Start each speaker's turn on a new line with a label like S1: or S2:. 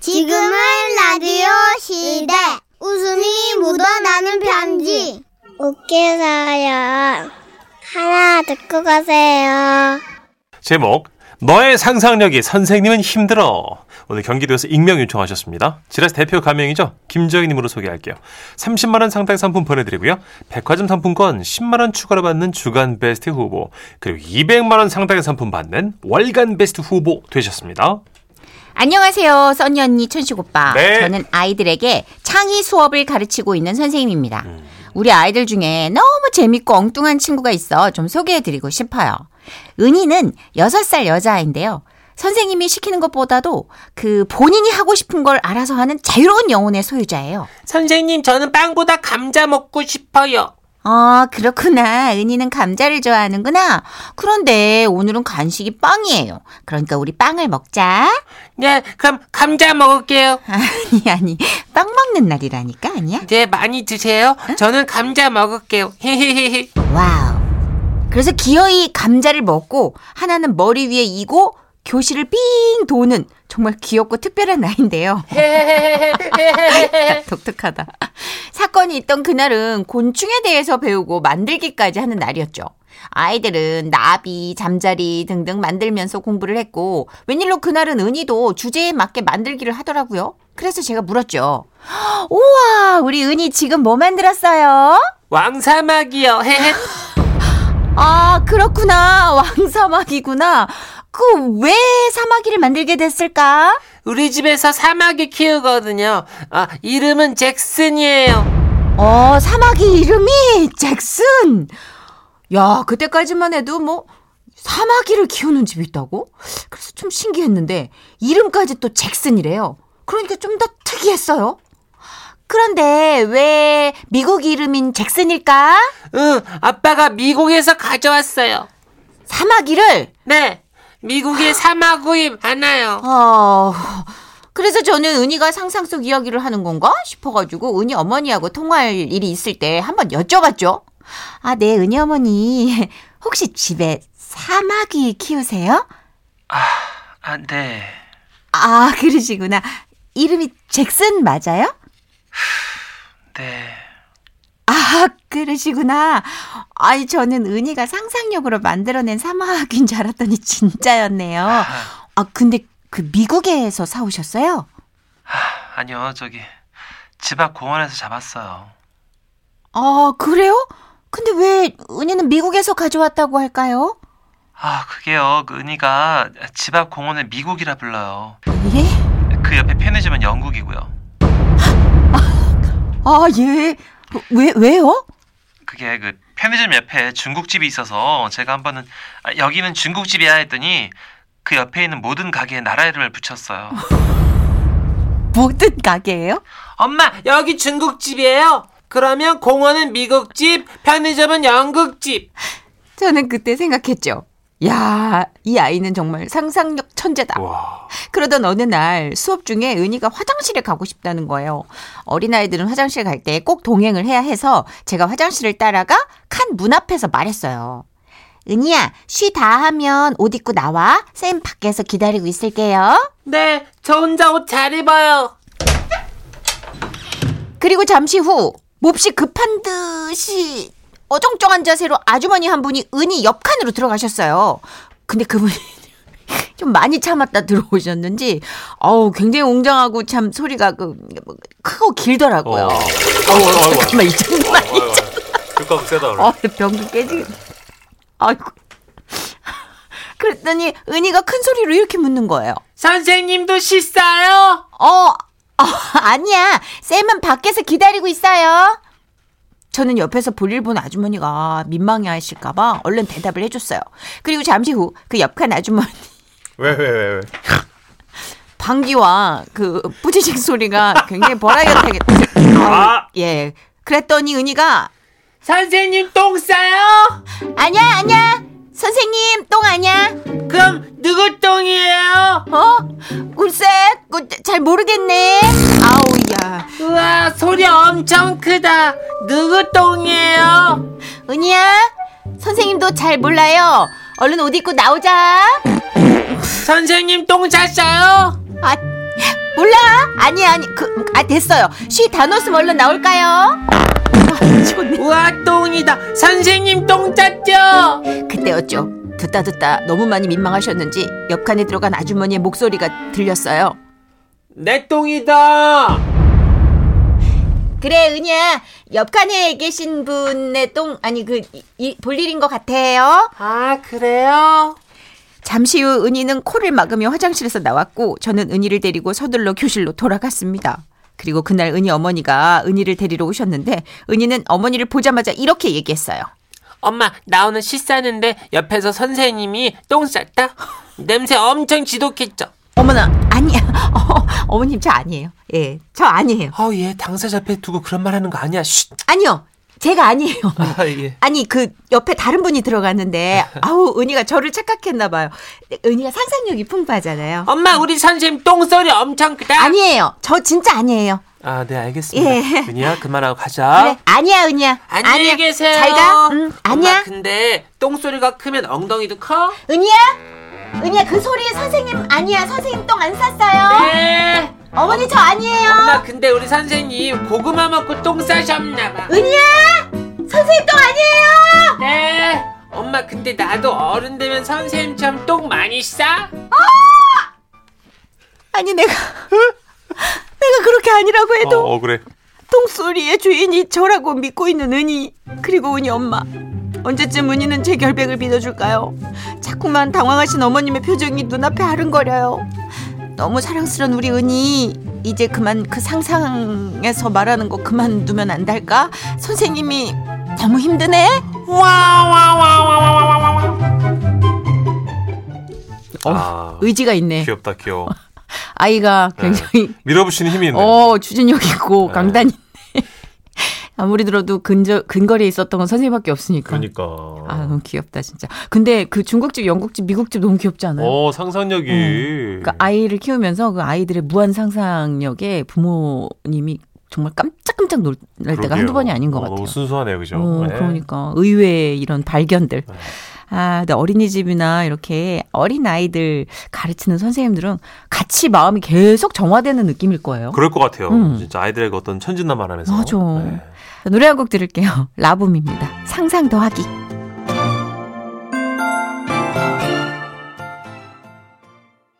S1: 지금은 라디오 시대. 웃음이 묻어나는 편지. 웃겨서요. 하나 듣고 가세요.
S2: 제목 너의 상상력이 선생님은 힘들어 오늘 경기도에서 익명 요청하셨습니다. 지라스 대표 가명이죠. 김정희님으로 소개할게요. 30만 원 상당 상품 보내드리고요. 백화점 상품권 10만 원 추가로 받는 주간 베스트 후보 그리고 200만 원 상당의 상품 받는 월간 베스트 후보 되셨습니다.
S3: 안녕하세요. 써니 언니, 천식 오빠.
S2: 네.
S3: 저는 아이들에게 창의 수업을 가르치고 있는 선생님입니다. 우리 아이들 중에 너무 재밌고 엉뚱한 친구가 있어 좀 소개해드리고 싶어요. 은희는 6살 여자아인데요. 선생님이 시키는 것보다도 그 본인이 하고 싶은 걸 알아서 하는 자유로운 영혼의 소유자예요.
S4: 선생님, 저는 빵보다 감자 먹고 싶어요.
S3: 아, 그렇구나. 은희는 감자를 좋아하는구나. 그런데 오늘은 간식이 빵이에요. 그러니까 우리 빵을 먹자.
S4: 네, 그럼 감자 먹을게요.
S3: 아니, 아니. 빵 먹는 날이라니까, 아니야?
S4: 네, 많이 드세요. 저는 감자 먹을게요. 헤헤헤헤.
S3: 와우. 그래서 기어이 감자를 먹고 하나는 머리 위에 이고 교실을 삥 도는 정말 귀엽고 특별한 아이인데요. 독특하다. 사건이 있던 그날은 곤충에 대해서 배우고 만들기까지 하는 날이었죠. 아이들은 나비, 잠자리 등등 만들면서 공부를 했고 웬일로 그날은 은희도 주제에 맞게 만들기를 하더라고요. 그래서 제가 물었죠. 우와, 우리 은희 지금 뭐 만들었어요?
S4: 왕사막이요. 헤헤.
S3: 아, 그렇구나. 왕사마귀구나. 그 왜 사마귀를 만들게 됐을까?
S4: 우리 집에서 사마귀 키우거든요. 아, 이름은 잭슨이에요.
S3: 어, 사마귀 이름이 잭슨. 야, 그때까지만 해도 뭐 사마귀를 키우는 집이 있다고? 그래서 좀 신기했는데 이름까지 또 잭슨이래요. 그러니까 좀 더 특이했어요. 그런데 왜 미국 이름인 잭슨일까?
S4: 응, 아빠가 미국에서 가져왔어요.
S3: 사마귀를
S4: 네, 미국에 사마귀 많아요.
S3: 아, 그래서 저는 은희가 상상 속 이야기를 하는 건가 싶어가지고 은희 어머니하고 통화할 일이 있을 때 한번 여쭤봤죠. 아, 네, 은희 어머니. 혹시 집에 사마귀 키우세요?
S5: 아, 네.
S3: 아, 그러시구나. 이름이 잭슨 맞아요?
S5: 네.
S3: 아, 그러시구나. 아니, 저는 은희가 상상력으로 만들어낸 사마귀인 줄 알았더니 진짜였네요. 아, 근데 그 미국에서 사오셨어요?
S5: 아니요, 저기 집 앞 공원에서 잡았어요.
S3: 아, 그래요? 근데 왜 은희는 미국에서 가져왔다고 할까요?
S5: 아, 그게요. 그 은희가 집 앞 공원을 미국이라 불러요.
S3: 예?
S5: 그 옆에 편의점은 영국이고요.
S3: 아, 예. 왜, 왜요?
S5: 그게 그 편의점 옆에 중국집이 있어서 제가 한 번은 아, 여기는 중국집이야 했더니 그 옆에 있는 모든 가게에 나라 이름을 붙였어요.
S3: 모든 가게예요?
S4: 엄마, 여기 중국집이에요. 그러면 공원은 미국집, 편의점은 영국집.
S3: 저는 그때 생각했죠. 야, 이 아이는 정말 상상력 천재다.
S2: 와.
S3: 그러던 어느 날 수업 중에 은희가 화장실에 가고 싶다는 거예요. 어린아이들은 화장실 갈 때 꼭 동행을 해야 해서 제가 화장실을 따라가 칸 문 앞에서 말했어요. 은희야, 쉬다 하면 옷 입고 나와. 쌤 밖에서 기다리고 있을게요.
S4: 네, 저 혼자 옷 잘 입어요.
S3: 그리고 잠시 후 몹시 급한 듯이 어정쩡한 자세로 아주머니 한 분이 은희 옆 칸으로 들어가셨어요. 근데 그분이 좀 많이 참았다 들어오셨는지 어우 굉장히 웅장하고 참 소리가 그 크고 길더라고요.
S2: 어.
S3: 어우, 정말 이 정도만
S2: 효과가 세다.
S3: 어, 병도 깨지. 아이고. 그랬더니 은희가 큰 소리로 이렇게 묻는 거예요.
S4: 선생님도 씻어요?
S3: 어, 어, 아니야. 쌤은 밖에서 기다리고 있어요. 저는 옆에서 볼일 본 아주머니가 민망해 하실까봐 얼른 대답을 해줬어요. 그리고 잠시 후 그 옆칸 아주머니
S2: 왜왜 왜 왜?
S3: 방귀와 그 뿌지직 소리가 굉장히 버라이어티하게.
S2: 아!
S3: 예. 그랬더니 은희가 어,
S4: 선생님 똥 싸요?
S3: 아니야, 아니야. 선생님, 똥 아니야.
S4: 그럼 누구 똥이에요?
S3: 어? 글쎄, 그잘 모르겠네. 아우야.
S4: 우와 소리 엄청 크다. 누구 똥이에요?
S3: 어, 은희야, 선생님도 잘 몰라요. 얼른 옷 입고 나오자.
S4: 선생님 똥 잘 싸요?
S3: 아, 몰라. 아니 아니 그 아 됐어요. 쉬 단어 숨 얼른 나올까요?
S4: 우와 똥이다 선생님 똥 짰죠?
S3: 그때였죠. 듣다 듣다 너무 많이 민망하셨는지 옆칸에 들어간 아주머니의 목소리가 들렸어요.
S4: 내 똥이다
S3: 그래 은희야 옆칸에 계신 분의 똥 아니 그 볼 일인 것 같아요.
S4: 아 그래요?
S3: 잠시 후 은희는 코를 막으며 화장실에서 나왔고 저는 은희를 데리고 서둘러 교실로 돌아갔습니다. 그리고 그날 은희 어머니가 은희를 데리러 오셨는데 은희는 어머니를 보자마자 이렇게 얘기했어요.
S4: 엄마 나 오늘 씻 싸는데 옆에서 선생님이 똥 쌌다 냄새 엄청 지독했죠?
S3: 어머나 아니야 어, 어머님 저 아니에요. 예, 저 아니에요.
S4: 어얘 당사자 앞에 두고 그런 말 하는 거 아니야 쉿
S3: 아니요 제가 아니에요.
S4: 아, 예.
S3: 아니 그 옆에 다른 분이 들어갔는데 아우 은희가 저를 착각했나 봐요. 은희가 상상력이 풍부하잖아요.
S4: 엄마 우리 선생님 똥소리 엄청 크다
S3: 아니에요. 저 진짜 아니에요.
S4: 아 네 알겠습니다
S3: 예.
S4: 은희야 그만하고 가자
S3: 그래, 아니야 은희야.
S4: 어? 안녕히
S3: 아니야.
S4: 계세요
S3: 잘 가. 응,
S4: 엄마,
S3: 아니야. 어.
S4: 근데 똥소리가 크면 엉덩이도 커?
S3: 은희야? 은희야 그 소리 선생님 아니야 선생님 똥 안 쌌어요
S4: 네
S3: 어머니 저 아니에요
S4: 엄마 근데 우리 선생님 고구마 먹고 똥 싸셨나봐
S3: 은희야 선생님 똥 아니에요
S4: 네 엄마 근데 나도 어른 되면 선생님처럼 똥 많이 싸?
S3: 아니 내가 내가 그렇게 아니라고 해도
S2: 어, 억울해.
S3: 똥소리의 주인이 저라고 믿고 있는 은희 그리고 은희 엄마 언제쯤 은희는 제 결백을 믿어줄까요 자꾸만 당황하신 어머님의 표정이 눈앞에 아른거려요 너무 사랑스런 우리 은희 이제 그만 그 상상에서 말하는 거 그만두면 안 될까 선생님이 너무 힘드네
S2: 아,
S3: 의지가 있네
S2: 귀엽다, 귀여워.
S3: 아이가 굉장히
S2: 밀어붙이는 힘이 있네.
S3: 어 추진력 있고 강단 있네 아무리 들어도 근저 근거리에 있었던 건 선생님밖에 없으니까
S2: 그러니까.
S3: 아 너무 귀엽다 진짜. 근데 그 중국집, 영국집, 미국집 너무 귀엽지 않아요?
S2: 어, 네. 상상력이. 음.
S3: 그러니까 아이를 키우면서 그 아이들의 무한 상상력에 부모님이 정말 깜짝깜짝 놀랄 때가
S2: 그러게요.
S3: 한두 번이 아닌 것
S2: 어,
S3: 같아요.
S2: 너무 순수하네요, 그죠?
S3: 어,
S2: 네.
S3: 그러니까 의외의 이런 발견들. 아, 근데 어린이집이나 이렇게 어린 아이들 가르치는 선생님들은 같이 마음이 계속 정화되는 느낌일 거예요.
S2: 그럴 것 같아요.
S3: 음.
S2: 진짜 아이들에게 어떤 천진난만하면서. 네.
S3: 맞아. 노래 한 곡 들을게요. 라붐입니다. 상상 더하기.